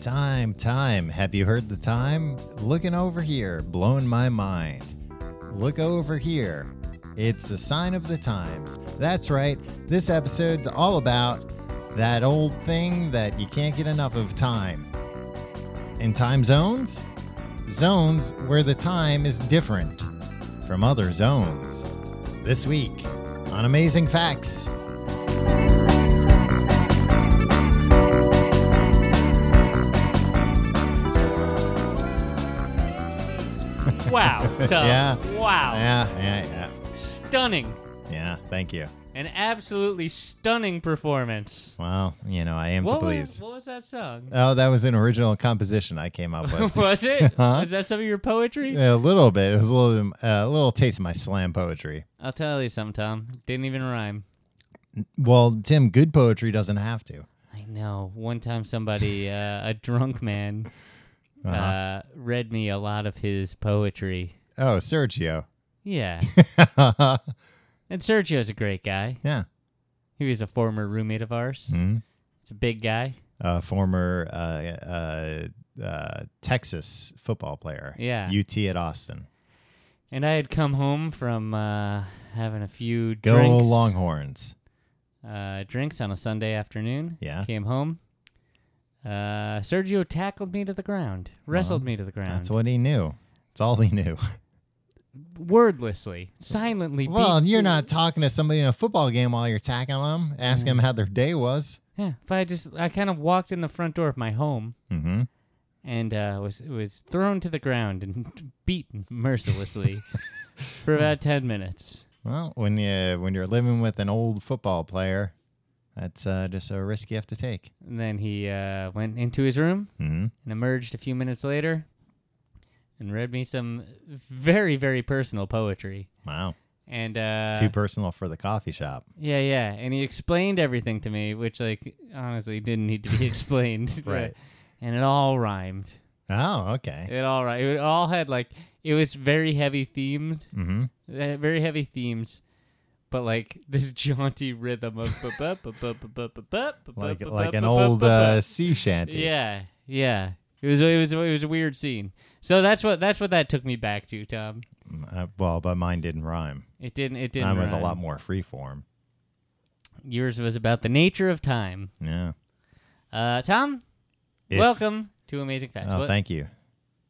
Time, time. Have you heard the time? Looking over here, blowing my mind. Look over here. It's a sign of the times. That's right. This episode's all about that old thing that you can't get enough of time. In time zones? Zones where the time is different from other zones. This week on Amazing Facts. Wow. Tub. Yeah. Wow. Yeah, yeah, yeah. Stunning. Yeah, thank you. An absolutely stunning performance. Well, you know, I am What to was, please. what was that song? Oh, that was an original composition I came up with. was it? Uh, Huh? Was that some of your poetry? a little bit. It was a little, uh, a little taste of my slam poetry. I'll tell you some, Tom. Didn't even rhyme. Well, Tim, good poetry doesn't have to. I know. One time, somebody, uh, a drunk man, Uh-huh. uh read me a lot of his poetry. Oh, Sergio. Yeah. yeah. and Sergio's a great guy. He was a former roommate of ours. Mhm. He's a big guy. Uh, former uh, uh, uh, Texas football player. Yeah. UT at Austin. And I had come home from uh, having a few Go drinks. Longhorns. uh, drinks on a Sunday afternoon. Yeah. Came home. Uh, Sergio tackled me to the ground, wrestled me to the ground, That's what he knew. That's all he knew. wordlessly, silently. beat- Well, you're not talking to somebody in a football game while you're tackling them, asking Mm. them how their day was. Yeah. If I just, I kind of walked in the front door of my home Mm-hmm. and uh, was was thrown to the ground and beaten mercilessly for about ten minutes. Well, when you when you're living with an old football player, that's uh, just a risk you have to take. And then he uh, went into his room Mm-hmm. and emerged a few minutes later and read me some very very personal poetry. Wow, And uh, too personal for the coffee shop. Yeah, yeah, and he explained everything to me, which like honestly didn't need to be explained. Right. and it all rhymed. Oh, okay. It all rhymed. It all had like it was very heavy themed, Mm-hmm. uh, very heavy themes, but like this jaunty rhythm of bu- bu- bu- bu- bu- bu- bu- bu- bu- Like bu- like bu- an bu- old bu- bu- uh, sea shanty. Yeah, yeah. It was it was it was a weird scene. So that's what that's what that took me back to, Tom. Mm, Uh, well, but mine didn't rhyme. It didn't it didn't. Mine was a rhyme. lot more freeform. Yours was about the nature of time. Yeah. Uh, Tom, If- welcome to Amazing Facts. Oh, What- thank you.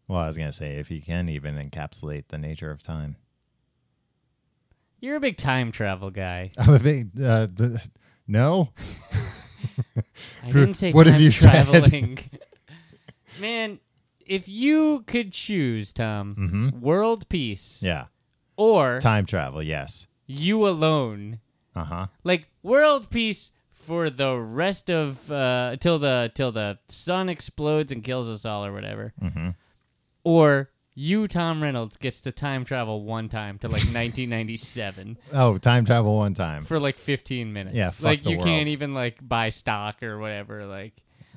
Well, I was gonna say if you can even encapsulate the nature of time. You're a big time travel guy. I'm a big uh, b- no. I didn't say What time have you said? traveling. Man, if you could choose, Tom, Mm-hmm. world peace Yeah. or Time travel. Yes. you alone, Uh huh. like world peace for the rest of uh, till the till the sun explodes and kills us all or whatever, Mm-hmm. or you, Tom Reynolds, gets to time travel one time to like 1997. Oh, time travel one time. for like 15 minutes. Yeah, fuck like the you world. can't even like buy stock or whatever. Like,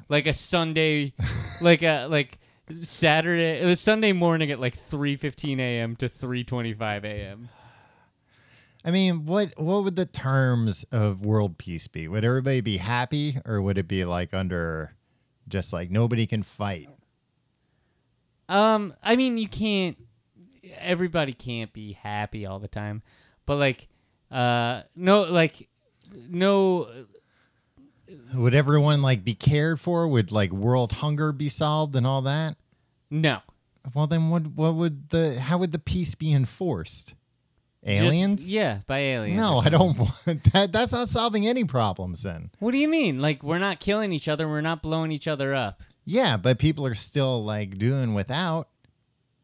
like a Sunday, like a like Saturday, it was Sunday morning at like 3:15 a.m. to 3:25 a.m. I mean, what what would the terms of world peace be? Would everybody be happy, or would it be like under just like nobody can fight? Um, I mean, you can't. Everybody can't be happy all the time, but like, uh, no, like, no, Would everyone like be cared for? Would like world hunger be solved and all that? no. Well, then what what would the how would the peace be enforced? Just- Aliens? yeah, by aliens. no, or I don't want that. That's not solving any problems then. What do you mean? Like, we're not killing each other. We're not blowing each other up. Yeah, but people are still like doing without,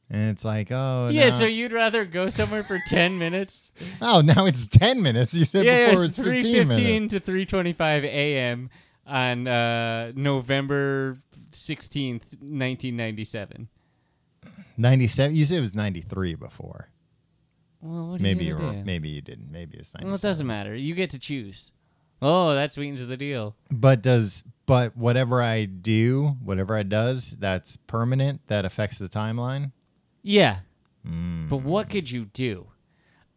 and it's like, oh Yeah, no. so you'd rather go somewhere for 10 minutes? oh now it's ten minutes. You said yeah, before it's it's fifteen minutes. 3:15 to 3:25 a.m. on uh, November 16th, 1997. 97 you said it was 93 before Well, what are maybe you you gonna were, do? maybe you didn't maybe it's 97 Well, it doesn't matter. You get to choose. Oh, that sweetens the deal. but does but whatever i do whatever i does that's permanent that affects the timeline Yeah, mm. but what could you do?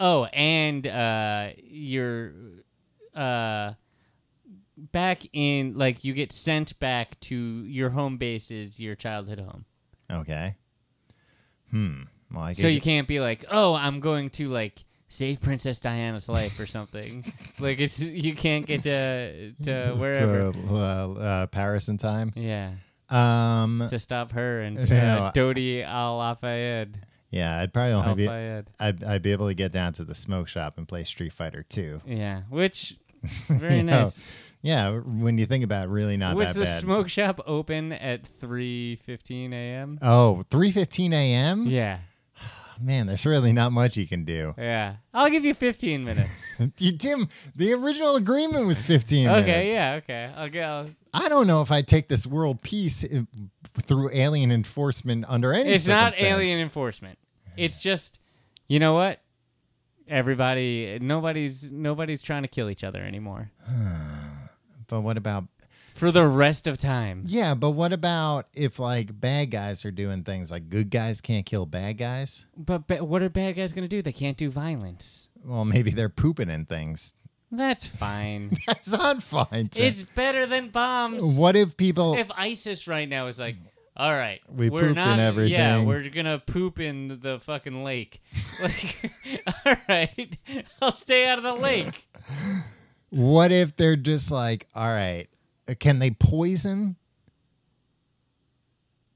Oh, and uh, your uh, back in like you get sent back to your home base is your childhood home. Okay. Hmm. Well, I So you could- can't be like, "Oh, I'm going to like save Princess Diana's life or something." like it's you can't get to to wherever. to, uh, uh, Paris in time. Yeah, Um. to stop her and No, Oh, uh, I- Dodie Al Lafayette. Yeah, I'd probably only Al be. Fayed. I'd, I'd be able to get down to the smoke shop and play Street Fighter 2. Yeah, which is very You know, nice. Yeah, when you think about it, really not Was that the bad. smoke shop open at three fifteen a.m.? Oh, 3.15 a.m.? Yeah, Man, there's really not much you can do. yeah. I'll give you fifteen minutes. You, Tim, the original agreement was 15 okay, minutes. yeah, okay. I'll go. I don't know if I take this world peace uh, through alien enforcement under any It's not circumstance. alien enforcement. It's just, you know what? Everybody, nobody's nobody's trying to kill each other anymore But what about for the rest of time. Yeah, but what about if like bad guys are doing things like good guys can't kill bad guys? But, ba- what are bad guys gonna do? They can't do violence. Well, maybe they're pooping in things. That's fine. That's not fine. Tim. it's better than bombs. what if people if ISIS right now is like, all right, We we're pooped in not, Yeah, everything." we're gonna poop in the fucking lake. Like, all right, I'll stay out of the lake. what if they're just like, all right, uh, can they poison?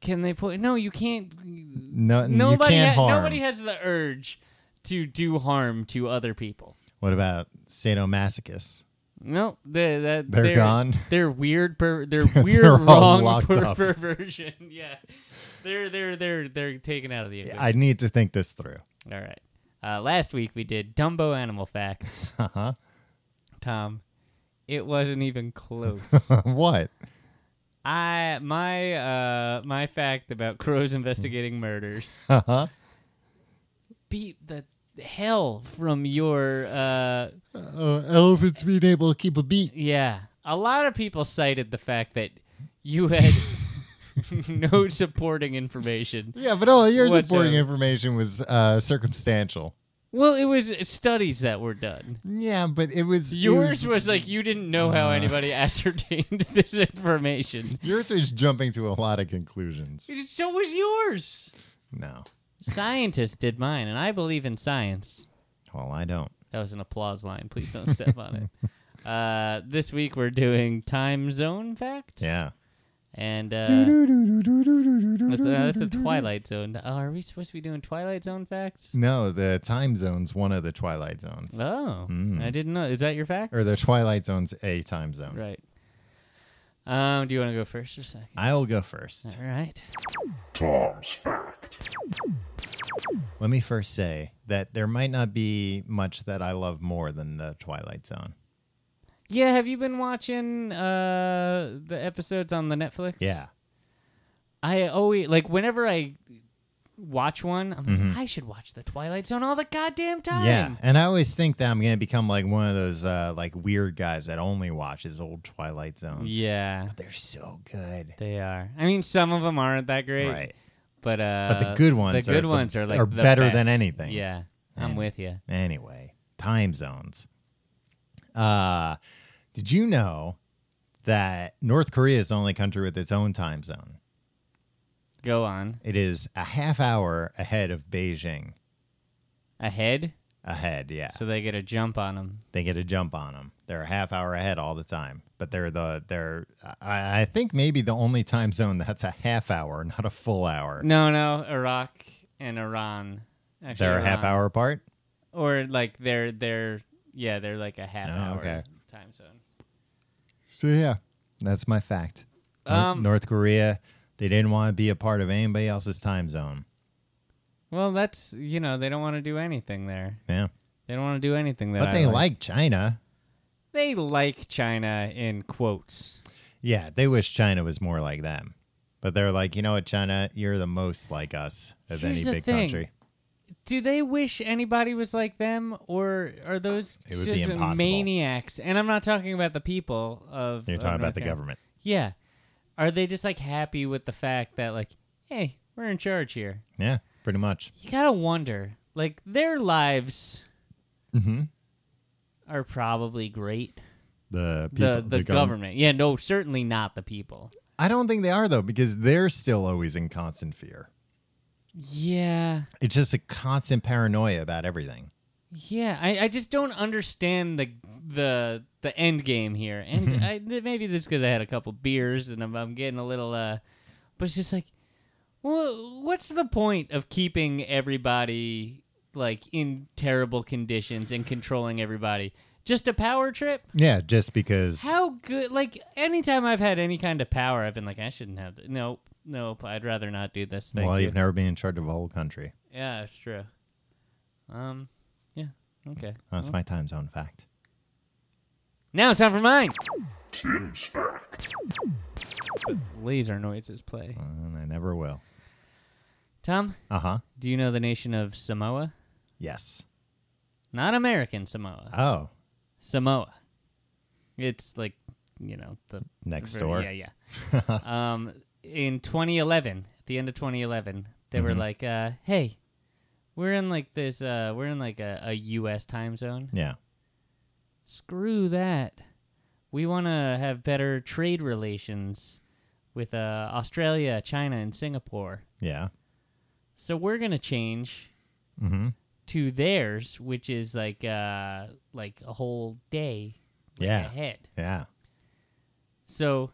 Can they put? No, you can't. No, Nobody, you can't ha- harm. nobody has the urge to do harm to other people. what about sadomasochists? No, they that They're gone? They're weird. Per- they're weird. all wrong locked per- up. perversion. Yeah, they're they're they're they're taken out of the. equation. I need to think this through. All right. Uh, last week we did Dumbo animal facts. Uh huh. Tom, it wasn't even close. what? I my uh my fact about crows investigating murders Uh huh. beat the hell from your uh Uh, elephants being able to keep a beat. yeah. A lot of people cited the fact that you had no supporting information. Yeah, but all your What's supporting up? information was uh, circumstantial. Well, it was studies that were done. Yeah, but it was it Yours was- was like you didn't know how anybody ascertained this information. yours was jumping to a lot of conclusions. So was yours. No, Scientists did mine, and I believe in science. well, I don't. That was an applause line. Please don't step on it. Uh, this week we're doing time zone facts. Yeah. And uh, that's, uh, that's the Twilight Zone. Oh, are we supposed to be doing Twilight Zone facts? No, the time zone's one of the Twilight Zones. Oh, I didn't know. Is that your fact? Hmm. Or the Twilight Zone's a time zone. right. Um, do you want to go first or second? I'll go first. All right. Tom's Fact. Let me first say that there might not be much that I love more than the Twilight Zone. Yeah, have you been watching uh, the episodes on the Netflix? Yeah. I always like whenever I watch one, I'm like, I should watch the Twilight Zone all the goddamn time. Mm-hmm. Yeah. And I always think that I'm going to become like one of those uh, like weird guys that only watches old Twilight Zones. Yeah, Oh, They're so good. they are. I mean, some of them aren't that great, Right. but uh, But the good ones the good are the- ones are like are the better than best. anything. Yeah, I'm with you. Anyway, time zones. Uh, did you know that North Korea is the only country with its own time zone? Go on It is a half hour ahead of Beijing. ahead, Ahead, yeah. so they get a jump on them. they get a jump on them. They're a half hour ahead all the time, but they're the they're I, I think maybe the only time zone that's a half hour, not a full hour. No, no, Iraq and Iran. Actually, they're a half Iran. hour apart. or like they're they're yeah they're like a half Oh, hour okay. time zone. So yeah, that's my fact. Nor- Um, North Korea, they didn't want to be a part of anybody else's time zone. Well, that's you know they don't want to do anything there. Yeah, They don't want to do anything that. but I they like China. They like China in quotes. Yeah, they wish China was more like them. But they're like, you know what, China, you're the most like us of Here's the any big thing. country. Do they wish anybody was like them, or are those It would be just impossible. maniacs? And I'm not talking about the people of. You're talking of North about the Carolina. government. Yeah, are they just like happy with the fact that like, hey, we're in charge here? Yeah, pretty much. You gotta wonder, like their lives Mhm. are probably great. The people, the, the, gov- government. Yeah, no, certainly not the people. I don't think they are though, because they're still always in constant fear. Yeah. It's just a constant paranoia about everything. Yeah, I, I just don't understand the the the end game here, and I, th- maybe this because I had a couple beers and I'm, I'm getting a little uh, but it's just like, well, what's the point of keeping everybody like in terrible conditions and controlling everybody? Just a power trip? Yeah, just because. How good? Like anytime I've had any kind of power, I've been like, I shouldn't have. Th- nope, nope. I'd rather not do this. Thank well, you. have never been in charge of a whole country. yeah, it's true. Um, yeah, okay. That's my time zone fact. Now it's time for mine. Tim's fact. Laser noises play. And Mm, I never will. Tom, Uh huh. do you know the nation of Samoa? Yes. Not American Samoa. Oh, Samoa. It's like, you know, the next ver- door. Yeah, yeah. um, in 2011, at the end of 2011, they Mm-hmm. were like, uh, "Hey, we're in like this. Uh, we're in like a, a U.S. time zone. Yeah. Screw that. We want to have better trade relations with uh, Australia, China, and Singapore. Yeah. So we're gonna change." Mm-hmm. to theirs, which is like uh like a whole day like, Yeah. ahead. Yeah. So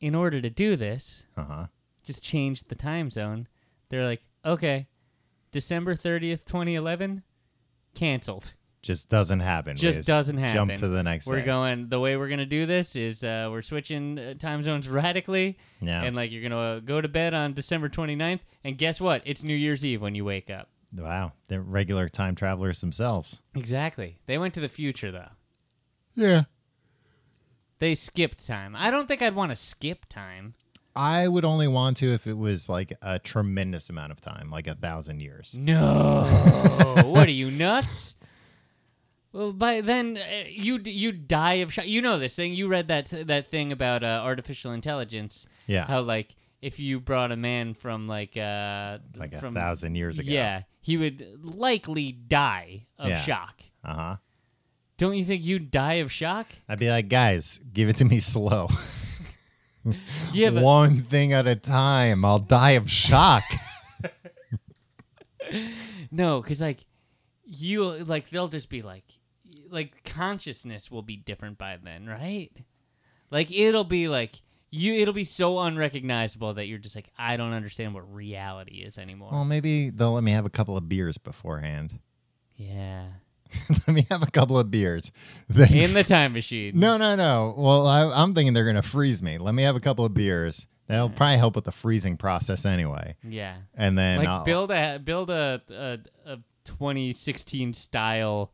in order to do this, Uh huh. just change the time zone. They're like, okay, December thirtieth, twenty eleven, canceled. Just doesn't happen. We Just doesn't happen. Jump to the next. We're day. going the way we're gonna do this is uh, we're switching uh, time zones radically, Yeah. and like you're gonna uh, go to bed on December 29th, and guess what? It's New Year's Eve when you wake up. wow. They're regular time travelers themselves. Exactly. They went to the future though. Yeah. They skipped time. I don't think I'd want to skip time. I would only want to if it was like a tremendous amount of time, like a thousand years. No. what are you nuts? Well, by then uh, you you die of shock. You know this thing. You read that that thing about uh, artificial intelligence. Yeah. How like if you brought a man from like uh Like a from, thousand years ago. Yeah, he would likely die of Yeah. shock. Uh huh. Don't you think you'd die of shock? I'd be like, guys, give it to me slow. Yeah, but One thing at a time. I'll die of shock. No, because like you like they'll just be like like consciousness will be different by then, right? Like it'll be like you it'll be so unrecognizable that you're just like I don't understand what reality is anymore. well, maybe they'll let me have a couple of beers beforehand. yeah. let me have a couple of beers. Then In the time machine. No, no, no. Well, I, I'm thinking they're going to freeze me. Let me have a couple of beers. Mm. That'll probably help with the freezing process anyway. Yeah. And then like I'll, build a build a a, a 2016 style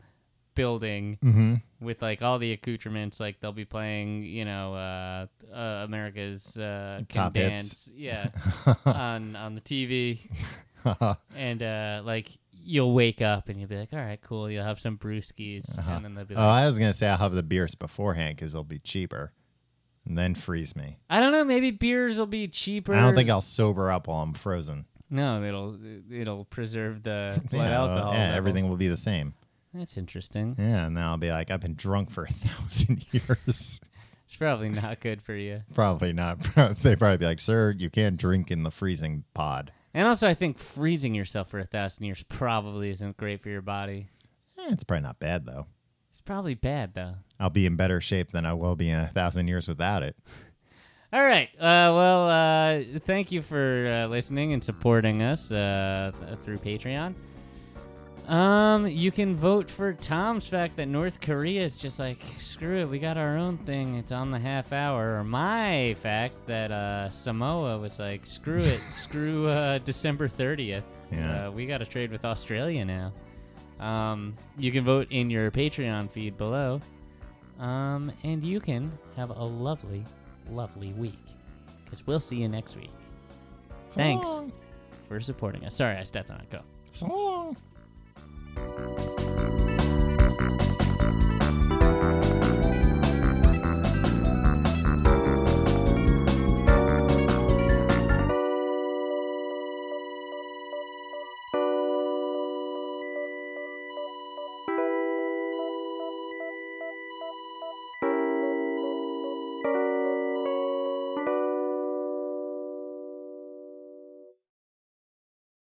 building Mhm. with like all the accoutrements like they'll be playing you know uh, uh america's uh can Top dance hits. yeah on on the tv Oh, and uh like you'll wake up and you'll be like all right cool you'll have some brewskis Uh-huh. and then they'll be oh, like I was going to say I'll have the beers beforehand because they'll be cheaper. And then freeze me. i don't know maybe beers will be cheaper I don't think I'll sober up while I'm frozen. no it'll it'll preserve the blood Yeah, alcohol Yeah, level. everything will be the same. that's interesting Yeah, and then I'll be like, I've been drunk for a thousand years. it's probably not good for you probably not. They probably be like, sir, you can't drink in the freezing pod. And also, I think freezing yourself for a thousand years probably isn't great for your body. Eh, it's probably not bad though. It's probably bad, though. I'll be in better shape than I will be in a thousand years without it. All right. Uh, well, uh, thank you for uh, listening and supporting us uh, th- through Patreon. Um, you can vote for Tom's fact that North Korea is just like screw it. We got our own thing. It's on the half hour. Or my fact that uh, Samoa was like screw it. screw uh, December thirtieth. Yeah. Uh, we got to trade with Australia now. Um, you can vote in your Patreon feed below. Um, and you can have a lovely, lovely week. Because we'll see you next week. Thanks So long. for supporting us. Sorry, I stepped on it. Go. So long.